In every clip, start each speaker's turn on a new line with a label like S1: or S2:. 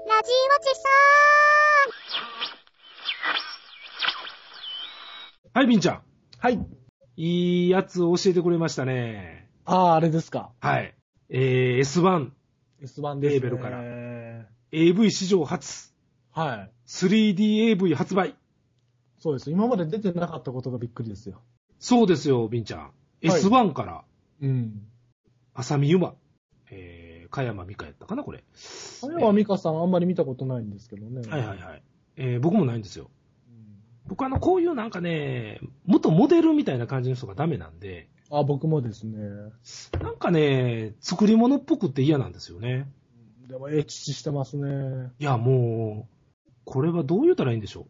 S1: ちそ
S2: はい、みんちゃん。
S3: はい。
S2: いいやつ教えてくれましたね。
S3: ああ、あれですか。
S2: はい。えー、S1、
S3: S1 です、ね。
S2: レーベルから AV 史上初、
S3: はい。
S2: 3DAV 発売。
S3: そうです。今まで出てなかったことがびっくりですよ。
S2: そうですよ、みんちゃん。S1 から、
S3: うん。
S2: 浅見ゆま、えー、加山美香やったかな、これ。
S3: あれは美香さんあんまり見たことないんですけどね。
S2: はいはいはい。えー、僕もないんですよ。
S3: うん
S2: 僕あの、こういうなんかね、元モデルみたいな感じの人がダメなんで、
S3: あ、僕もですね。
S2: なんかね、作り物っぽくって嫌なんですよね。
S3: でも、エッチしてますね。
S2: いや、もう、これはどう言ったらいいんでしょう。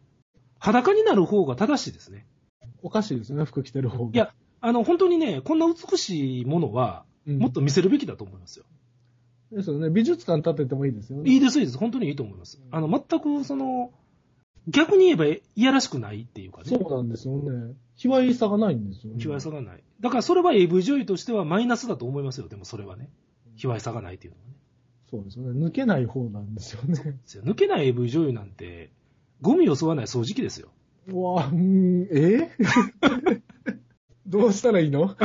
S2: 裸になる方が正しいですね。
S3: おかしいですね、服着てる方が。
S2: いや、あの、本当にね、こんな美しいものは、
S3: うん、
S2: もっと見せるべきだと思いますよ。
S3: ですよね。美術館建ててもいいですよね。
S2: いいです、いいです。本当にいいと思います。あの、全く、その、逆に言えばいやらしくないっていうか
S3: そ
S2: ね。
S3: うなんですよね。卑猥さがないんですよね。
S2: 卑猥さがない。だからそれは AV 女優としてはマイナスだと思いますよ。でもそれはね。卑猥さがないっていうのはね。
S3: そうですよね。抜けない方なんですよね。
S2: ですよ抜けない AV 女優なんて、ゴミを吸わない掃除機ですよ。
S3: うわぁ、うーん、 えどうしたらいいの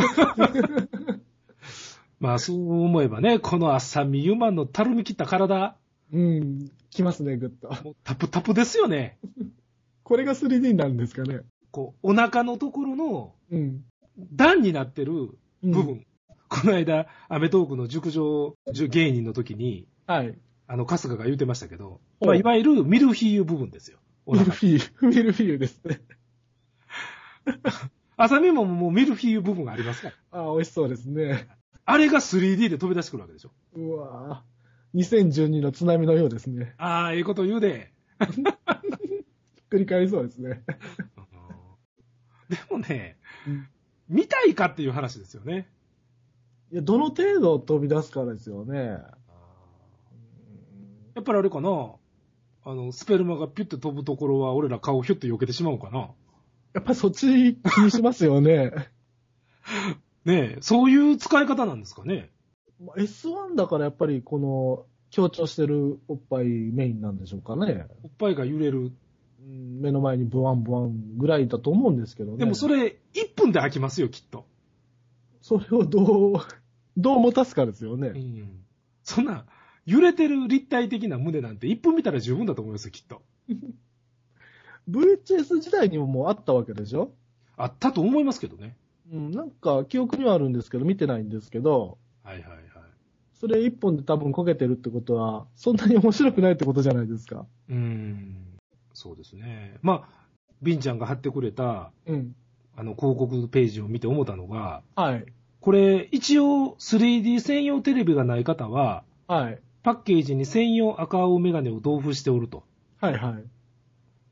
S2: まあそう思えばね、この浅見ゆまのたるみ切った体、
S3: うん、来ますね、ぐっと。
S2: もうタプタプですよね。
S3: これが 3D なんですかね。
S2: こう、お腹のところの
S3: うん。
S2: 段になってる
S3: うん
S2: 部分。この間、アメトークの熟女芸人の時に、
S3: はい。
S2: あの、春日が言ってましたけど、
S3: ほう
S2: まあ、いわゆるミルフィーユ部分ですよ。お
S3: ミル
S2: 腹。
S3: フィーユ、ミルフィーユですね。
S2: 浅見ももうミルフィーユ部分がありますから。
S3: ああ、美味しそうですね。
S2: あれが 3D で飛び出してくるわけでしょ。
S3: うわぁ、2012の津波のようですね。
S2: ああ、ええこと言うで。
S3: 繰り返りそうですね。
S2: でもね、
S3: うん
S2: 見たいかっていう話ですよね。
S3: いや、どの程度飛び出すかですよね。
S2: やっぱりあれかな、あの、スペルマがピュッと飛ぶところは俺ら顔をヒュッと避けてしまうかな。
S3: やっぱりそっち気にしますよ ね。
S2: ねえ、そういう使い方なんですかね。
S3: まあ S1 だからやっぱりこの強調してるおっぱいメインなんでしょうかね。
S2: おっぱいが揺れる。
S3: うん目の前にブワンブワンぐらいだと思うんですけどね。
S2: でもそれ、1分で飽きますよ、きっと。
S3: それをどう、 どう持たすかですよね。
S2: うん。そんな、揺れてる立体的な胸なんて1分見たら十分だと思いますよ、きっと。
S3: VHS 時代にももうあったわけでしょ
S2: あったと思いますけどね。
S3: うん、なんか記憶にはあるんですけど、見てないんですけど、
S2: はいはいはい。
S3: それ一本で多分焦げてるってことは、そんなに面白くないってことじゃないですか。
S2: うん。そうですね。まあ、ビンちゃんが貼ってくれた、
S3: うん。
S2: あの、広告ページを見て思ったのが、
S3: はい。
S2: これ、一応 3D 専用テレビがない方は、
S3: はい。
S2: パッケージに専用赤青メガネを同封しておると。
S3: はいはい。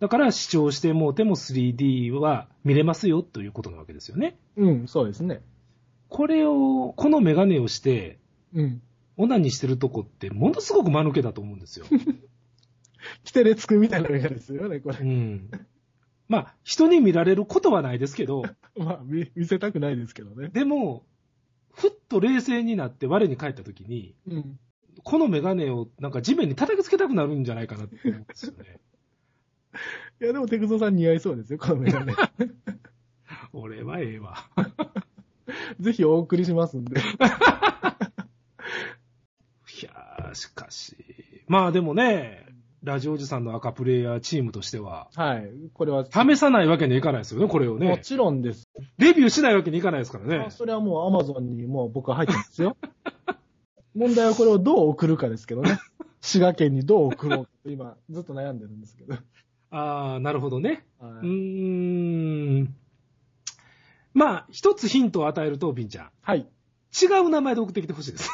S2: だから視聴してもうても 3D は見れますよということなわけですよね。
S3: うん、そうですね。
S2: これを、このメガネをして、
S3: うん。
S2: オナニーしてるとこってものすごく間抜けだと思うん ですよ。
S3: キテレつくみたいな映画ですよね、これ
S2: う。ん。まあ、人に見られることはないですけど、
S3: まあ、見、見せたくないですけどね。
S2: でも、ふっと冷静になって我に返った時に、
S3: うん。
S2: このメガネをなんか地面に叩きつけたくなるんじゃないかなって思うんですよね。
S3: いや、でも、テクゾさん似合いそうですよ、このメガ ネ。
S2: 俺はええわ。
S3: ぜひお送りしますんで。
S2: いやー、しかし。まあでもね、ラジオおじさんの赤プレイヤーチームとしては、
S3: はい。これは、
S2: 試さないわけにはいかないですよね、これを
S3: も
S2: ね。
S3: ちろんです。
S2: レビューしないわけにいかないですから
S3: ま
S2: ね
S3: あ。それはもうアマゾンにもう僕は入ってますよ。 問題はこれをどう送るかですけ どね。滋賀県にどう送ろうかと今、ずっと悩んでるんですけど。
S2: あー、なるほどね。う
S3: はい。
S2: ーん。まあ、一つヒントを与えると、ビンちゃん。
S3: はい。
S2: 違う名前で送ってきてほしい です。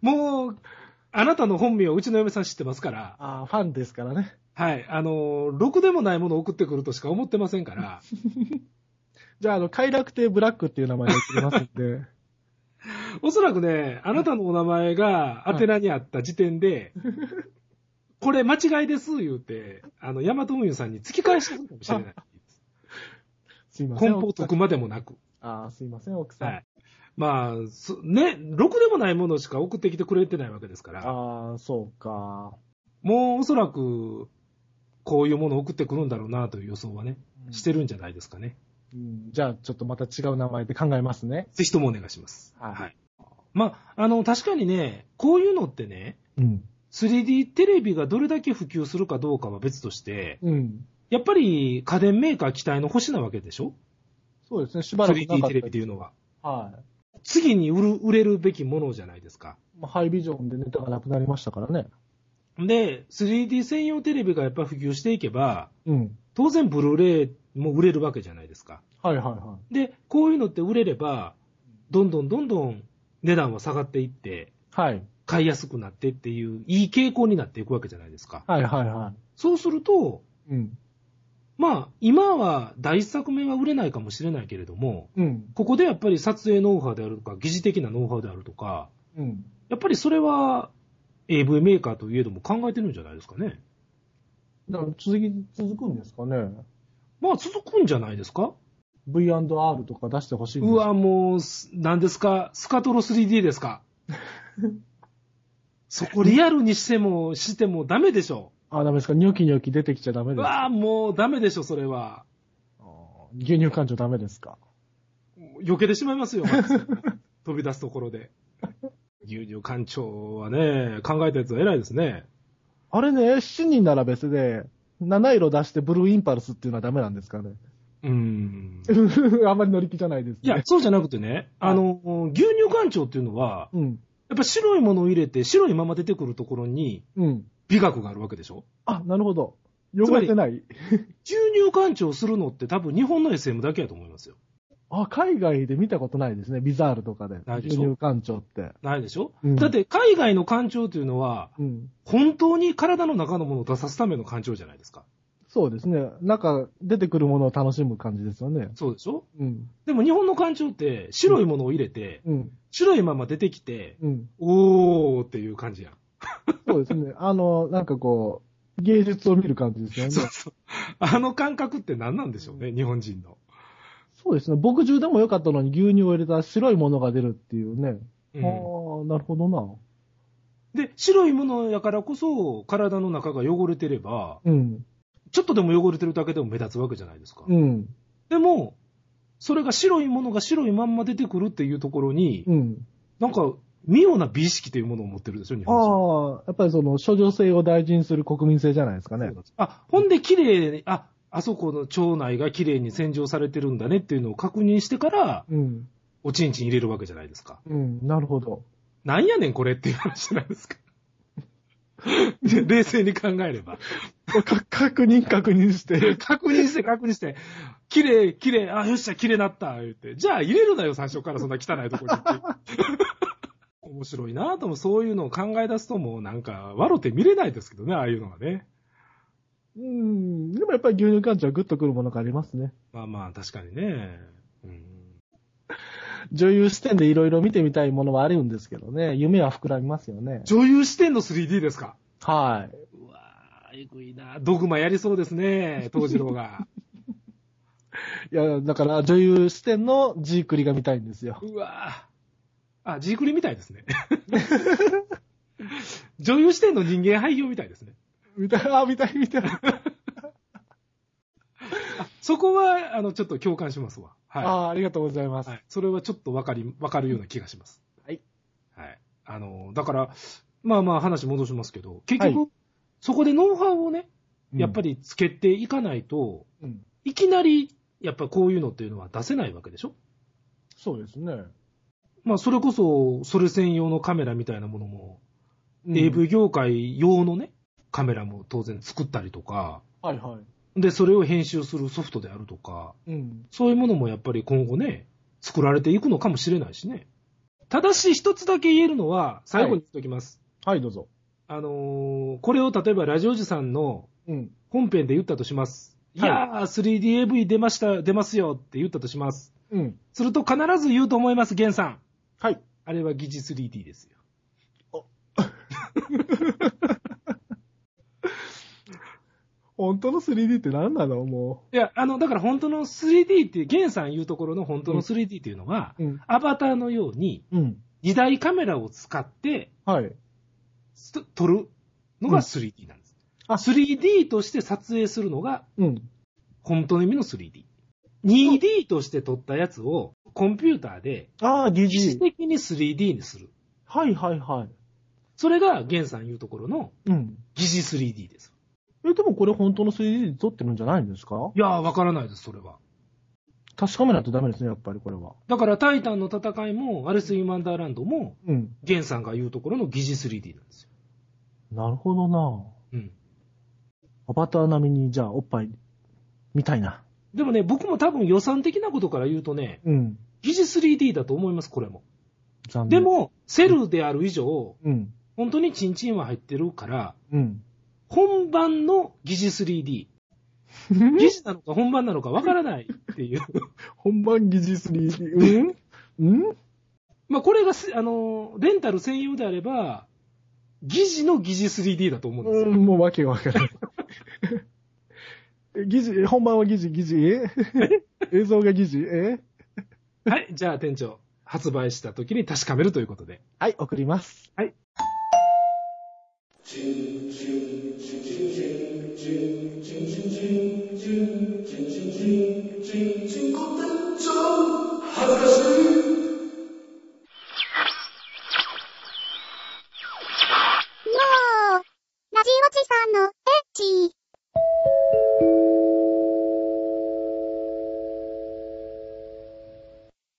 S2: もう、あなたの本名はうちの嫁さん知ってますから、
S3: ああ、ファンですからね。
S2: はい、あの、ろくでもないものを送ってくるとしか思ってませんから、
S3: じゃあ、あの、快楽亭ブラックっていう名前で送りますんで。
S2: おそらくね、あなたのお名前が宛名にあった時点 で、これ間違いです、言うて、あの、ヤマト運輸さんに突き返してくるかもしれない。
S3: すいませ
S2: 梱
S3: ん。
S2: 包
S3: 奥さん
S2: 解くまでもなく。
S3: ああ、すいません、奥さん。
S2: はい。まあ、そね、ろくでもないものしか送ってきてくれてないわけですから、
S3: ああ、そうか。
S2: もうおそらく、こういうものを送ってくるんだろうなという予想はね、してるんじゃないですかね。
S3: うんじゃあ、ちょっとまた違う名前で考えますね。
S2: ぜひともお願いします。
S3: はい
S2: い。まあ、あの、確かにね、こういうのってね、
S3: うん。
S2: 3D テレビがどれだけ普及するかどうかは別として、
S3: うん。
S2: やっぱり家電メーカー期待の星なわけでしょ
S3: そうですね、しばらくなかっ
S2: ?3D
S3: た
S2: テレビっていうのは。
S3: はい。
S2: 次に売る、売れるべきものじゃないですか。
S3: まあ、ハイビジョンでネタがなくなりましたからね。
S2: で、3D 専用テレビがやっぱ普及していけば、
S3: うん。
S2: 当然ブルーレイも売れるわけじゃないですか。
S3: はいはいは
S2: で、こういうのって売れれば、どんどんどんどん値段は下がっていって、
S3: い。はい。
S2: 買いやすくなってっていう、いい傾向になっていくわけじゃないですか。
S3: はいはいは
S2: そうすると、
S3: い。うん。
S2: まあ、今は第一作目は売れないかもしれないけれども、
S3: うん。
S2: ここでやっぱり撮影ノウハウであるとか、疑似的なノウハウであるとか、
S3: うん。
S2: やっぱりそれは AV メーカーといえども考えてるんじゃないですかね。
S3: だから続き、続くんですかね。
S2: まあ、続くんじゃないですか
S3: V&R とか出してほしいんです
S2: うわ、もう、す何ですかスカトロ 3D ですかそこリアルにしても、してもダメでしょ。
S3: あ、ダメですかニョキニョキ出てきちゃダメ
S2: う
S3: です。
S2: わもうダメでしょ、それは。
S3: あー牛乳感情ダメですか
S2: 避けてしまいますよ、飛び出すところで。牛乳館長はね、考えたやつは偉いですね。
S3: あれね、7人なら別で、七色出してブルーインパルスっていうのはダメなんですかね
S2: うーん。
S3: あんまり乗り気じゃないです、ね。
S2: いや、、そうじゃなくてね、あの、牛乳館長っていうのは、
S3: うん、
S2: やっぱ白いものを入れて、白いまま出てくるところに
S3: うん。
S2: 美学があるわけでしょ
S3: あ、なるほど。汚れてない。
S2: 牛乳館長するのって多分日本の SM だけやと思いますよ。
S3: あ、海外で見たことないですね。ビザールとかで。
S2: ないでし
S3: 輸
S2: ょ
S3: 入館長って。
S2: ないでしょ、
S3: うん
S2: だって海外の館長というのは、
S3: うん。
S2: 本当に体の中のものを出さすための館長じゃないですか。
S3: そうですね。なんか、出てくるものを楽しむ感じですよね。
S2: そうでしょ
S3: うん。
S2: でも日本の館長って白いものを入れて、
S3: うん。
S2: 白いまま出てきて、
S3: うん。
S2: おーっていう感じやん。
S3: そうですね。 あの、なんかこう、芸術を見る感じですよね。
S2: そうそう。あの感覚って何なんでしょうね、日本人の。
S3: そうですね。牧汁でもよかったのに牛乳を入れたら白いものが出るっていうね。
S2: うん
S3: ああ、なるほどな。
S2: で、白いものやからこそ、体の中が汚れてれば、
S3: うん。
S2: ちょっとでも汚れてるだけでも目立つわけじゃないですか。
S3: うん。
S2: でも、それが白いものが白いまんま出てくるっていうところに、
S3: うん。
S2: なんか、妙な美意識というものを持ってるでしょ、日
S3: あ
S2: 本人。
S3: あ、やっぱりその、処女性を大事にする国民性じゃないですかね。
S2: あ、ほんで綺麗に、あ、あそこの腸内が綺麗に洗浄されてるんだねっていうのを確認してから、
S3: うん。
S2: おちんちん入れるわけじゃないですか。
S3: うん。なるほど。
S2: なんやねんこれっていう話じゃないですか。 で冷静に考えれば。
S3: か確認確認して。
S2: 確認して確認して、綺麗、綺麗、あ、よっしゃ、綺麗なった、言って。じゃあ入れるなよ、最初からそんな汚いところにっ て。面白いなぁとも、そういうのを考え出すともうなんか、笑って見れないですけどね、ああいうのはね。
S3: うん。でもやっぱり牛乳感情はグッとくるものがありますね。
S2: まあまあ、確かにね。うん
S3: 女優視点でいろいろ見てみたいものはあるんですけどね。夢は膨らみますよね。
S2: 女優視点の 3D ですか
S3: はい。
S2: うわぁ、えぐいなぁドグマやりそうですね、東次郎が。
S3: いや、だから女優視点のジークリが見たいんですよ。
S2: うわぁ。あ、ジークリみたいですね。 女優視点の人間俳優みたいですね。
S3: 見たい、あ、見たい、見たい。
S2: そこは、あの、ちょっと共感しますわ。はい。
S3: あーありがとうございます。
S2: はい。それはちょっとわかり、わかるような気がします。
S3: はい。
S2: はい。あの、だから、まあまあ話戻しますけど、結局、そこでノウハウをね、やっぱ
S3: り、
S2: りつけていかないと、
S3: うん
S2: いきなり、やっぱこういうのっていうのは出せないわけでしょ
S3: そうですね。
S2: まあ、それこそ、それ専用のカメラみたいなものも、
S3: うん
S2: AV 業界用のね、カメラも当然作ったりとか、
S3: はいは
S2: で、それを編集するソフトであるとか、
S3: い。うん。
S2: そういうものもやっぱり今後ね、作られていくのかもしれないしね。ただし一つだけ言えるのは、最後に言っておきます。
S3: はい、どうぞ。
S2: あのーこれを例えばラジオジさんの
S3: うん。
S2: 本編で言ったとします。い
S3: はい
S2: やー、3DAV 出ました、出ますよって言ったとします。
S3: うん。
S2: すると必ず言うと思います、ゲンさん。
S3: はい。
S2: あれは疑似 3D ですよ。
S3: 本当の 3D って何なのも
S2: いや、あの、だから本当の 3D って、ゲンさん言うところの本当の 3D っていうのは、
S3: う。うん。
S2: アバターのように
S3: うん。
S2: 二台カメラを使って
S3: はい。
S2: す撮るのが 3D なんです。
S3: うんあ
S2: 3D として撮影するのが
S3: うん。
S2: 本当の意味の 3D。2D として撮ったやつをコンピューターで
S3: ああ、
S2: 技術
S3: DG。
S2: 的に 3D にする。
S3: はいはいはい。
S2: それが源さん言うところの
S3: うん。
S2: 疑似 3D です。
S3: え、でもこれ本当の 3D で撮ってるんじゃないんですか
S2: いやー、わからないです、それは。
S3: 確かめないとダメですね、やっぱりこれは。
S2: だから、タイタンの戦いも、アレス・イン・ワンダーランドも、
S3: うん。
S2: 源さんが言うところの疑似 3D なんですよ。
S3: なるほどな
S2: うん。
S3: アバター並みに、じゃあ、おっぱい、みたいな。
S2: でもね、僕も多分予算的なことから言うとね、
S3: うん。
S2: 疑似 3D だと思います、これも。
S3: 残
S2: で
S3: 念。、
S2: も、セルである以上、
S3: うん。
S2: 本当にチンチンは入ってるから、
S3: うん。
S2: 本番の疑似 3D。疑似なのか本番なのかわからないっていう。
S3: 本番技術 3D。うんうん
S2: まあ、これがす、あのー、レンタル専用であれば、疑似の疑似 3D だと思うんですよ。
S3: うん、 もうわけがわからない。え疑似、本番は疑似、疑 似、え映像が疑似、え
S2: はい、じゃあ店長、発売した時に確かめるということで。
S3: はい、送ります。
S2: はい。
S1: チンチン